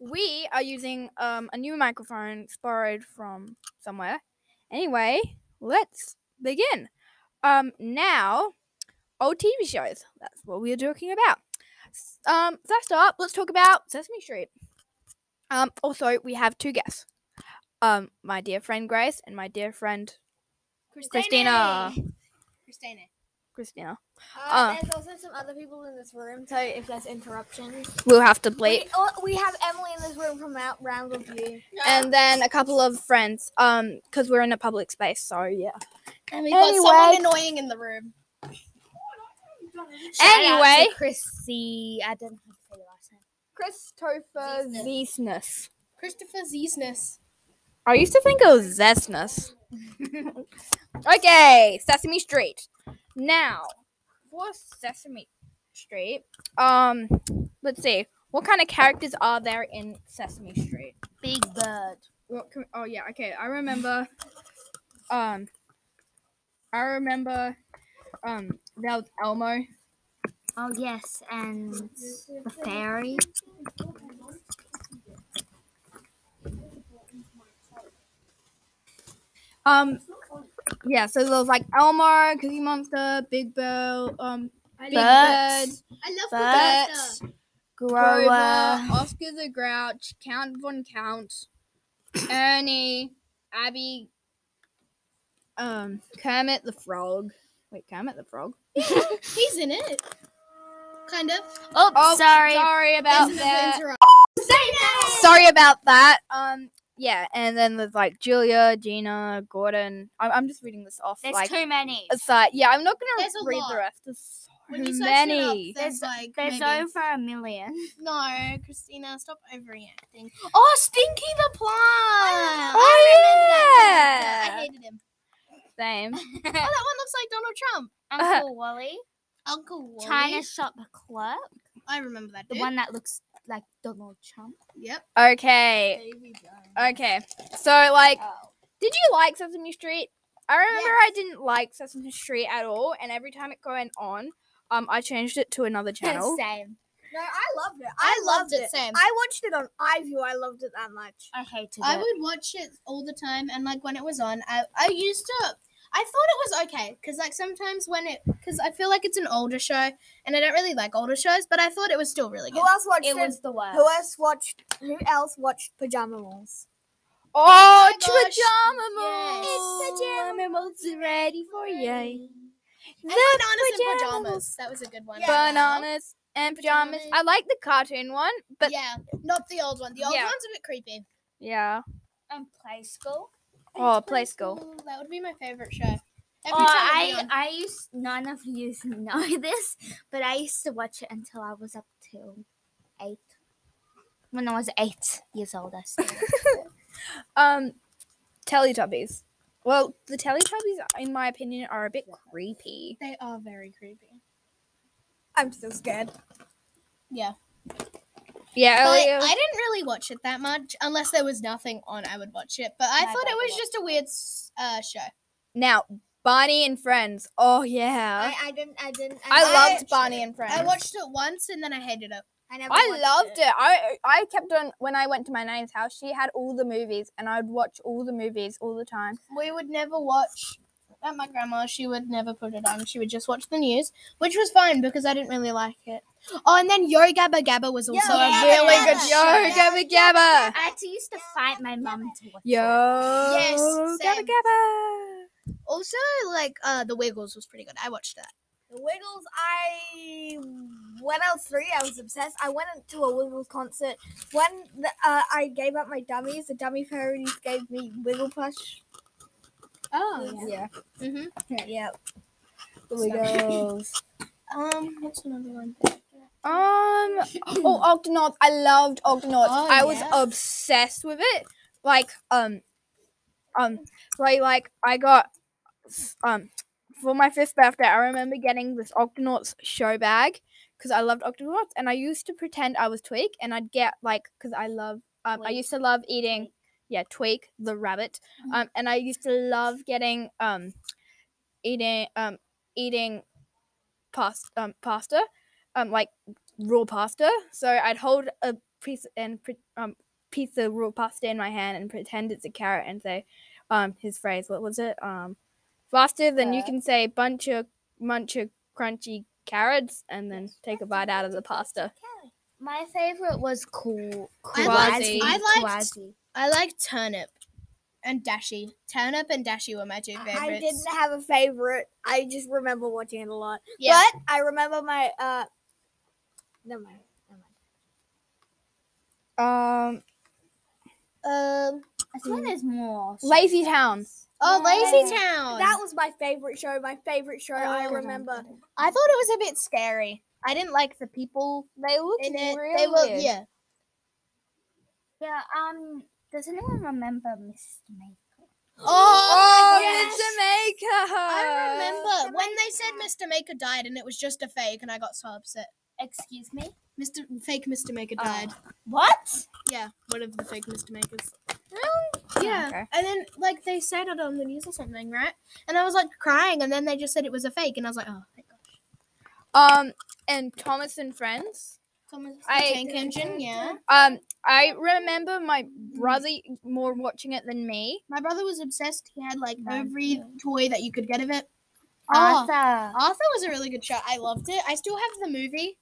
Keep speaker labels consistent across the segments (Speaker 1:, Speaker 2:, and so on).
Speaker 1: we are using um, a new microphone it's borrowed from somewhere. Anyway, let's begin. Um, now, old TV shows. That's what we are talking about. S- Um, first up, let's talk about Sesame Street. Um, also, we have two guests. Um, my dear friend Grace and my dear friend Christina.
Speaker 2: Christina.
Speaker 1: Christina.
Speaker 2: Uh,
Speaker 1: Uh.
Speaker 2: There's also some other people in this room, so if there's interruptions,
Speaker 1: We'll have to bleep.
Speaker 2: We, oh, we have Emily in this room from Mount Round with you.
Speaker 1: And then a couple of friends. Um, because we're in a public space, so yeah.
Speaker 3: And we've
Speaker 2: Anyway.
Speaker 3: got someone annoying in the room.
Speaker 1: Anyway.
Speaker 2: Chrissy, I don't know how to say your last name.
Speaker 1: Christopher Zeesness.
Speaker 3: Christopher Zeesness.
Speaker 1: I used to think it was Zestness. okay, Sesame Street. Now, for Sesame Street, um, let's see. What kind of characters are there in Sesame Street?
Speaker 2: Big Bird.
Speaker 1: What can, oh yeah, okay. I remember. Um, I remember. Um, there was Elmo.
Speaker 2: Oh yes, and the fairy.
Speaker 1: Um, yeah. So there was like Elmo, Cookie Monster, Big Bell, um, Big
Speaker 2: Bert.
Speaker 1: Bird.
Speaker 3: I love
Speaker 2: But-
Speaker 3: Roberta.
Speaker 1: Grover,
Speaker 2: Grover.
Speaker 1: Oscar the Grouch, Count Von Count, Ernie, Abby, um, Kermit the Frog. Wait, Kermit the Frog?
Speaker 3: He's in it. Kind of.
Speaker 2: Oh, sorry.
Speaker 1: sorry about
Speaker 3: There's
Speaker 1: that.
Speaker 3: another
Speaker 1: Sorry about that. Um, yeah, and then there's like Julia, Gina, Gordon. I'm, I'm just reading this off.
Speaker 2: There's
Speaker 1: like,
Speaker 2: too many.
Speaker 1: aside. Yeah, I'm not gonna
Speaker 3: There's a
Speaker 1: read
Speaker 3: lot.
Speaker 1: the rest. There's
Speaker 3: interrupt.
Speaker 1: so
Speaker 3: When you search it up,
Speaker 1: many.
Speaker 3: there's like
Speaker 2: There's
Speaker 3: maybe-
Speaker 2: over a million.
Speaker 3: No, Christina, stop overreacting.
Speaker 2: Oh, Stinky the Plum.
Speaker 1: Oh
Speaker 3: I
Speaker 1: yeah,
Speaker 3: hated him.
Speaker 1: same.
Speaker 3: Oh, that one looks like Donald Trump.
Speaker 2: Uncle Wally.
Speaker 3: Uncle Wally.
Speaker 2: China shop clerk.
Speaker 3: I remember that.
Speaker 2: The
Speaker 3: dude.
Speaker 2: one that looks like Donald Trump.
Speaker 3: Yep.
Speaker 1: Okay,
Speaker 3: Baby John.
Speaker 1: Okay. So like
Speaker 3: Oh.
Speaker 1: did you like Sesame Street? I remember I didn't like Sesame Street at all and every time it went on, um I changed it to another channel.
Speaker 2: Same.
Speaker 4: No, I loved it.
Speaker 3: I loved it, same.
Speaker 4: I watched it on iView. I loved it that much.
Speaker 2: I hated
Speaker 3: I
Speaker 2: it.
Speaker 3: would watch it all the time, and like when it was on, I, I used to. I thought it was okay because like sometimes when it because I feel like it's an older show, and I don't really like older shows, but I thought it was still really
Speaker 4: Who
Speaker 3: good.
Speaker 4: else watched it?
Speaker 2: it was the worst.
Speaker 4: who else watched? Who else watched Pajama Walls?
Speaker 1: Oh,
Speaker 3: my gosh, yes.
Speaker 1: Pajama Moles are ready for you.
Speaker 3: And
Speaker 1: The
Speaker 3: bananas and
Speaker 1: pajama
Speaker 3: pajamas. That was a good one.
Speaker 4: Yeah.
Speaker 1: Bananas and pajamas.
Speaker 3: Pajamas.
Speaker 1: I like the cartoon one, but yeah.
Speaker 3: yeah, not the old one. The old
Speaker 1: Yeah.
Speaker 3: one's a bit creepy.
Speaker 2: And play school.
Speaker 1: Oh,
Speaker 3: It's
Speaker 1: Play School.
Speaker 3: That would be my favorite show. Every
Speaker 2: Oh,
Speaker 3: time
Speaker 2: I
Speaker 3: I,
Speaker 2: I used none of you know this, but I used to watch it until I was up to eight. When I was eight years old, I started.
Speaker 1: Um Teletubbies. Well, the Teletubbies in my opinion are a bit creepy.
Speaker 3: they are very creepy.
Speaker 4: I'm still scared.
Speaker 3: Yeah,
Speaker 1: Yeah,
Speaker 3: but
Speaker 1: Elliot
Speaker 3: I
Speaker 1: was-
Speaker 3: didn't really watch it that much unless there was nothing on. I would watch it, but I,
Speaker 2: I
Speaker 3: thought it
Speaker 2: don't
Speaker 3: was
Speaker 2: watch
Speaker 3: just a weird s- uh, show.
Speaker 1: Now, Barney and Friends. Oh yeah.
Speaker 4: I, I didn't. I didn't.
Speaker 1: I,
Speaker 3: I
Speaker 1: loved
Speaker 3: actually-
Speaker 1: Barney and Friends.
Speaker 3: I watched it once and then I hated it.
Speaker 4: I, never
Speaker 1: I
Speaker 4: watched
Speaker 1: loved it. I I kept on when I went to my nan's house. She had all the movies, and I'd watch all the movies all the time.
Speaker 3: We would never watch at my grandma, she would never put it on. She would just watch the news, which was fine because I didn't really like it. Oh, and then Yo Gabba Gabba was also
Speaker 2: Yeah,
Speaker 3: a really
Speaker 2: yeah.
Speaker 3: good
Speaker 2: Yo,
Speaker 3: show.
Speaker 1: Yo Gabba Gabba.
Speaker 2: I actually used to fight my mum to watch
Speaker 1: Yo.
Speaker 2: it.
Speaker 3: Yes,
Speaker 1: Gabba
Speaker 3: same.
Speaker 1: Gabba.
Speaker 3: Also, like uh the Wiggles was pretty good. I watched that.
Speaker 4: The Wiggles. I when I was three, I was obsessed. I went to a Wiggles concert. When the, uh, I gave up my dummies, the dummy fairies gave me Wiggle Plush.
Speaker 3: Oh
Speaker 4: Yeah.
Speaker 3: Mhm.
Speaker 4: Yeah.
Speaker 1: The Wiggles.
Speaker 3: Um, what's another one?
Speaker 1: um. Oh, Octonauts. I loved Octonauts.
Speaker 3: Oh,
Speaker 1: I was
Speaker 3: yeah.
Speaker 1: obsessed with it. Like um, um. So I, like I got um for my fifth birthday. I remember getting this Octonauts show bag because I loved Octonauts, and I used to pretend I was Tweak, and I'd get like because I love um I
Speaker 2: Tweak.
Speaker 1: used to love eating yeah Tweak the rabbit um and I used to love getting um eating um eating past um pasta um like raw pasta. So I'd hold a piece and pre- um piece of raw pasta in my hand and pretend it's a carrot and say, um, his phrase, what was it? Um, faster than you
Speaker 4: Uh,
Speaker 1: can say bunch of munch of crunchy carrots and then take a bite out of the pasta.
Speaker 2: My favorite was cool.
Speaker 3: I
Speaker 1: liked-
Speaker 3: I liked- I like turnip and dashi. Turnip and dashi were my two favorites.
Speaker 4: I didn't have a favorite. I just remember watching it a lot.
Speaker 3: Yeah.
Speaker 4: But I remember my uh never mind. never mind.
Speaker 1: Um,
Speaker 3: Um.
Speaker 2: I think there's more.
Speaker 1: Lazy Town.
Speaker 3: Oh,
Speaker 4: Yeah.
Speaker 3: Lazy Town.
Speaker 4: That was my favorite show. My favorite show I
Speaker 2: Oh.
Speaker 4: remember.
Speaker 3: I thought it was a bit scary. I didn't like the people
Speaker 2: They looked
Speaker 3: in it. they were yeah.
Speaker 2: Yeah. Um. Does anyone remember Mr. Maple?
Speaker 3: Oh,
Speaker 1: Oh,
Speaker 3: yes.
Speaker 1: Mr. Maker.
Speaker 3: I remember when they said Mr. Maker died and it was just a fake, and I got so upset.
Speaker 2: Excuse me.
Speaker 3: Mr. Fake Mr. Maker
Speaker 2: Oh.
Speaker 3: died.
Speaker 2: What?
Speaker 3: Yeah, one of the fake Mr. Makers.
Speaker 1: Oh,
Speaker 3: Yeah.
Speaker 1: okay.
Speaker 3: And then like they said it on the news or something, right? And I was like crying, and then they just said it was a fake, and I was like, oh, thank God.
Speaker 1: Um, and Thomas and Friends.
Speaker 3: Thomas the
Speaker 1: I-
Speaker 3: Tank Engine, yeah.
Speaker 1: Um, I remember my brother more watching it than me.
Speaker 3: My brother was obsessed. He had like
Speaker 2: Thank
Speaker 3: every toy that you could get of it. Oh,
Speaker 2: Arthur.
Speaker 3: Arthur was a really good show. I loved it. I still have the movie.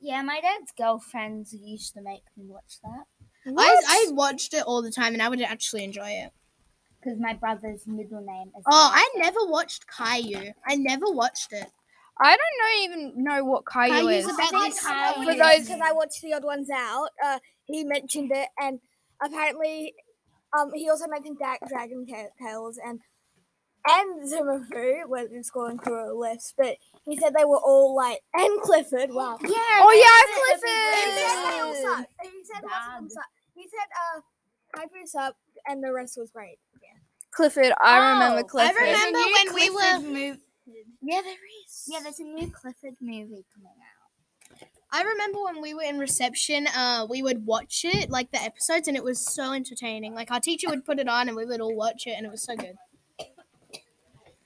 Speaker 2: Yeah, my dad's girlfriends used to make me watch that
Speaker 3: I, I watched it all the time, and I would actually enjoy it.
Speaker 2: because my brother's middle name is.
Speaker 3: Oh, I
Speaker 2: Arthur.
Speaker 3: never watched Caillou. I never watched it.
Speaker 1: I don't know even know what Caillou
Speaker 3: Caillou's
Speaker 1: is.
Speaker 3: a bad- At least
Speaker 4: I
Speaker 2: I
Speaker 1: for
Speaker 4: because
Speaker 1: those-
Speaker 4: I watched the odd ones out. Uh, he mentioned it, and apparently, um, he also mentioned da- Dragon Ta- Tales and and Zumafu when it's going through a list. But he said they were all like and Clifford. Wow.
Speaker 2: Yeah.
Speaker 1: Oh, yeah,
Speaker 2: that's it,
Speaker 4: He said they all
Speaker 2: everybody.
Speaker 1: Clifford!
Speaker 4: sucked. He said most of them
Speaker 2: Bad.
Speaker 4: sucked. He said uh, Hyper sucked, and the rest was great.
Speaker 1: Clifford. I remember
Speaker 2: Oh, I
Speaker 1: Clifford.
Speaker 2: There's a
Speaker 3: remember
Speaker 2: new
Speaker 3: when we were-
Speaker 2: Clifford
Speaker 3: Yeah, there is.
Speaker 2: Yeah, there's a new Clifford movie coming out.
Speaker 3: I remember when we were in reception, uh, we would watch it, like the episodes, and it was so entertaining. Like our teacher would put it on and we would all watch it, and it was so good.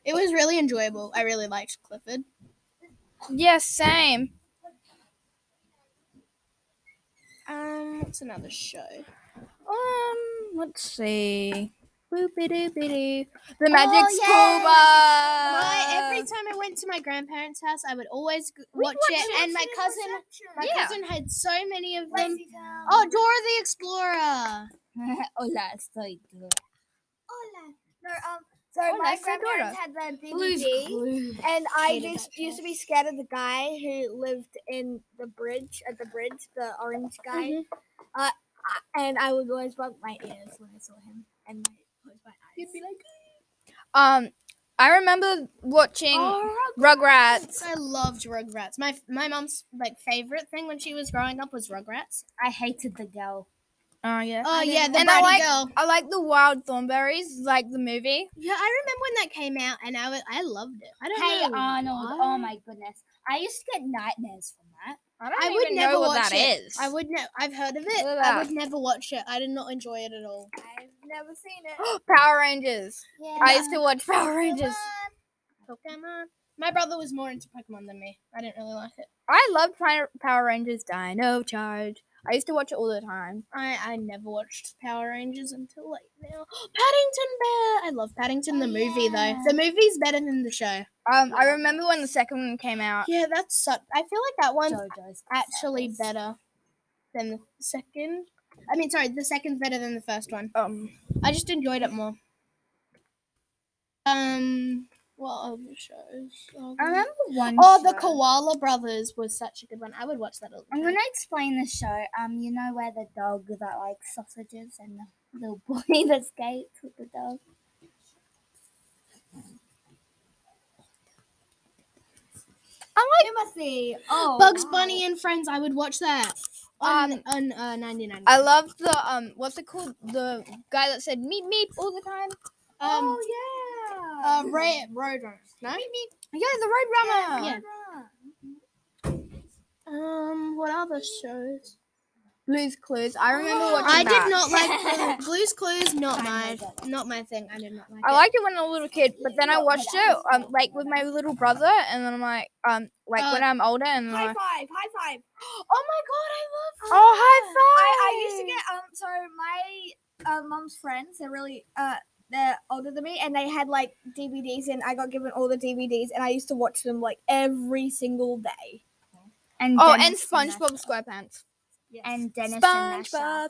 Speaker 3: It was really enjoyable. I really liked Clifford.
Speaker 1: Yes, same.
Speaker 3: Um, what's another show?
Speaker 1: Um, let's see. Boop-a-doop-a-doo. The Magic
Speaker 2: yeah.
Speaker 1: School Bus. Uh,
Speaker 3: My, Oh, every time I went to my grandparents' house, I would always g- watch, it, and my cousin, my
Speaker 1: Yeah.
Speaker 3: cousin had so many of them.
Speaker 4: Lazy Town.
Speaker 3: Oh, Dora the Explorer.
Speaker 2: Hola, soy Dora.
Speaker 4: Hola. No, um, so
Speaker 3: Oh,
Speaker 1: Hola,
Speaker 4: my
Speaker 1: soy
Speaker 4: grandparents
Speaker 1: Dora.
Speaker 4: had their DVD,
Speaker 2: Blue's Clues.
Speaker 4: and I
Speaker 3: Hated
Speaker 4: just
Speaker 3: that
Speaker 4: used to be scared of the guy who lived in the bridge at the bridge, the orange guy.
Speaker 3: Mm-hmm.
Speaker 4: Uh, I- and I would always bug my ears when I saw him, and my close my eyes.
Speaker 3: You'd be like,
Speaker 1: Um, I remember watching
Speaker 3: Oh.
Speaker 2: Oh,
Speaker 1: Rugrats.
Speaker 3: I loved Rugrats. My my mom's like favorite thing when she was growing up was Rugrats.
Speaker 2: I hated the girl.
Speaker 1: Oh yeah.
Speaker 3: Oh yeah, the
Speaker 1: And I
Speaker 3: bratty
Speaker 1: like-
Speaker 3: girl.
Speaker 1: I like the Wild Thornberries, like the movie.
Speaker 3: Yeah, I remember when that came out, and I was, I loved it. uh, I don't
Speaker 2: Hey
Speaker 3: know.
Speaker 2: Arnold.
Speaker 3: why.
Speaker 2: Oh my goodness. I used to get nightmares from that.
Speaker 1: I don't
Speaker 3: I
Speaker 1: even
Speaker 3: would
Speaker 1: know
Speaker 3: never
Speaker 1: what
Speaker 3: watch
Speaker 1: that
Speaker 3: it.
Speaker 1: is.
Speaker 3: I would ne- I've heard of it.
Speaker 1: Look at
Speaker 3: I would never watch it. I did not enjoy it at all.
Speaker 4: I've never seen
Speaker 3: Oh,
Speaker 4: it.
Speaker 1: Power Rangers.
Speaker 2: Yeah.
Speaker 1: I used to watch Power Rangers.
Speaker 3: Pokemon. My brother was more into Pokemon than me. I didn't really like it.
Speaker 1: I loved Pri- Power Rangers Dino Charge. I used to watch it all the time.
Speaker 3: I I never watched Power Rangers until like now. Paddington Bear. I love Paddington the
Speaker 2: Oh,
Speaker 3: movie
Speaker 2: yeah.
Speaker 3: though. The movie's better than the show.
Speaker 1: Um, I remember when the second one came out.
Speaker 3: Yeah, that's such. I feel like that one's
Speaker 2: JoJo's
Speaker 3: actually
Speaker 2: Bizarre Adventures.
Speaker 3: better than the second. I mean, sorry, the second's better than the first one.
Speaker 1: Um,
Speaker 3: I just enjoyed it more. Um, what other shows? are
Speaker 2: I
Speaker 3: there?
Speaker 2: remember one.
Speaker 3: Oh, the
Speaker 2: show.
Speaker 3: Koala Brothers was such a good one. I would watch that all the
Speaker 2: I'm
Speaker 3: time.
Speaker 2: gonna explain the show. Um, you know where the dog that likes sausages and the little boy that skates with the dog.
Speaker 4: It must be. Oh,
Speaker 3: Bugs
Speaker 4: wow.
Speaker 3: Bunny and Friends. I would watch that on
Speaker 1: Um,
Speaker 3: on uh, 99.
Speaker 1: I loved the um, what's it called? The guy that said meep meep all the time. Oh,
Speaker 3: um,
Speaker 4: oh yeah.
Speaker 3: uh, Ray Roadrunner. No.
Speaker 1: Yeah, the Road Runner.
Speaker 3: Yeah. Um, what other shows?
Speaker 1: Blue's Clues. I remember watching
Speaker 3: Oh, I
Speaker 1: that.
Speaker 3: did not like Blue- Blue's Clues. Not my, not my thing. I did not like.
Speaker 1: I
Speaker 3: it.
Speaker 1: liked it when I was a little kid, but then I watched it um like with my little brother, and then I'm like um like when I'm older, and then
Speaker 4: High
Speaker 1: I,
Speaker 4: five! High five! Oh my god, I love her.
Speaker 1: Oh, high five!
Speaker 4: I, I used to get um. So my uh, mom's friends, they're really uh, they're older than me, and they had like DVDs, and I got given all the DVDs, and I used to watch them like every single day.
Speaker 2: And
Speaker 1: Oh, and
Speaker 2: Dennis
Speaker 1: SpongeBob SquarePants.
Speaker 4: Yes.
Speaker 2: And Dennis and Nessa.
Speaker 1: SpongeBob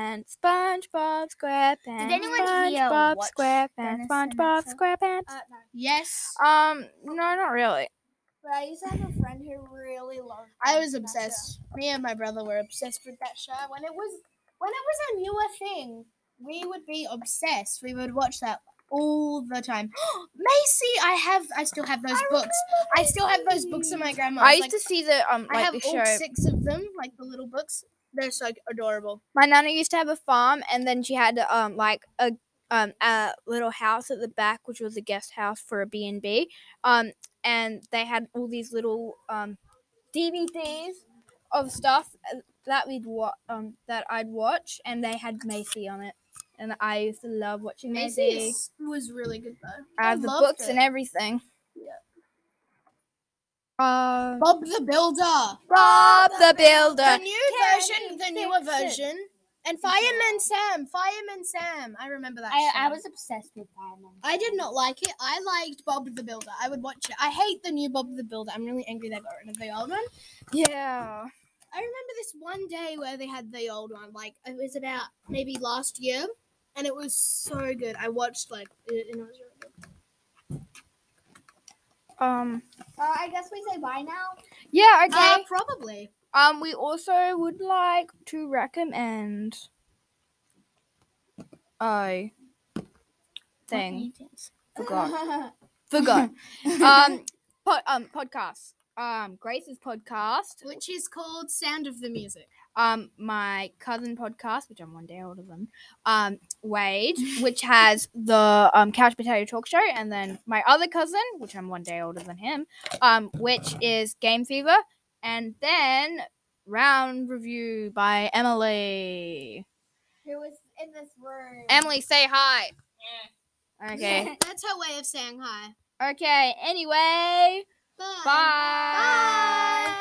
Speaker 1: SquarePants. SpongeBob SquarePants.
Speaker 2: anyone here
Speaker 1: SpongeBob
Speaker 2: watch
Speaker 1: SquarePants.
Speaker 2: Dennis and
Speaker 1: SpongeBob
Speaker 2: Nessa?
Speaker 1: SquarePants.
Speaker 4: Uh, no.
Speaker 3: Yes.
Speaker 1: Um, no, not really.
Speaker 4: But I used to have a friend who really loved.
Speaker 3: I
Speaker 4: Dennis and
Speaker 3: was
Speaker 4: Nessa.
Speaker 3: obsessed. Me and my brother were obsessed with that show. When it was when it was a newer thing, we would be obsessed. We would watch that all the time. Macy, I have I still have those
Speaker 4: I
Speaker 3: books. I still have those books in my grandma's.
Speaker 1: I used
Speaker 3: like,
Speaker 1: to see the um
Speaker 3: I
Speaker 1: like
Speaker 3: have
Speaker 1: the
Speaker 3: all
Speaker 1: show.
Speaker 3: six of them, like the little books. They're so adorable.
Speaker 1: My nana used to have a farm, and then she had um like a um a little house at the back, which was a guest house for a B and B. Um, and they had all these little um DVDs of stuff uh, that we'd wa- um that I'd watch, and they had Macy on it, and I used to love watching
Speaker 3: Macy
Speaker 1: Macy.
Speaker 3: is- was really good though.
Speaker 1: I have the
Speaker 3: loved
Speaker 1: books and
Speaker 3: it.
Speaker 1: everything. Yeah. Uh,
Speaker 3: Bob the Builder.
Speaker 1: Bob the Builder.
Speaker 3: The new
Speaker 4: Can
Speaker 3: version, the
Speaker 4: you
Speaker 3: newer
Speaker 4: fix it?
Speaker 3: version. And Fireman Sam, Fireman Sam. I remember that.
Speaker 2: I, I
Speaker 3: show.
Speaker 2: was obsessed with Fireman.
Speaker 3: I did not like it. I liked Bob the Builder. I would watch it. I hate the new Bob the Builder. I'm really angry they got rid of the old one.
Speaker 1: Yeah.
Speaker 3: I remember this one day where they had the old one. Like it was about maybe last year, and it was so good. I watched like it, and it was really good.
Speaker 1: Um.
Speaker 4: Uh, I guess we say bye now.
Speaker 1: Yeah. Okay.
Speaker 3: Uh, probably.
Speaker 1: Um, we also would like to recommend a thing. Forgot. Forgot. um, po- um, podcasts. Um, Grace's podcast.
Speaker 3: Which is called Sound of the Music.
Speaker 1: Um, my cousin podcast, which I'm one day older than. Um, Wade, which has the um couch potato talk show, and then my other cousin, which I'm one day older than him. Um, which is Game Fever, and then round review by Emily.
Speaker 4: Who was in this room?
Speaker 1: Emily, say hi. Okay.
Speaker 3: That's her way of saying hi.
Speaker 1: okay. Anyway,
Speaker 3: Bye.
Speaker 1: bye.
Speaker 3: Bye.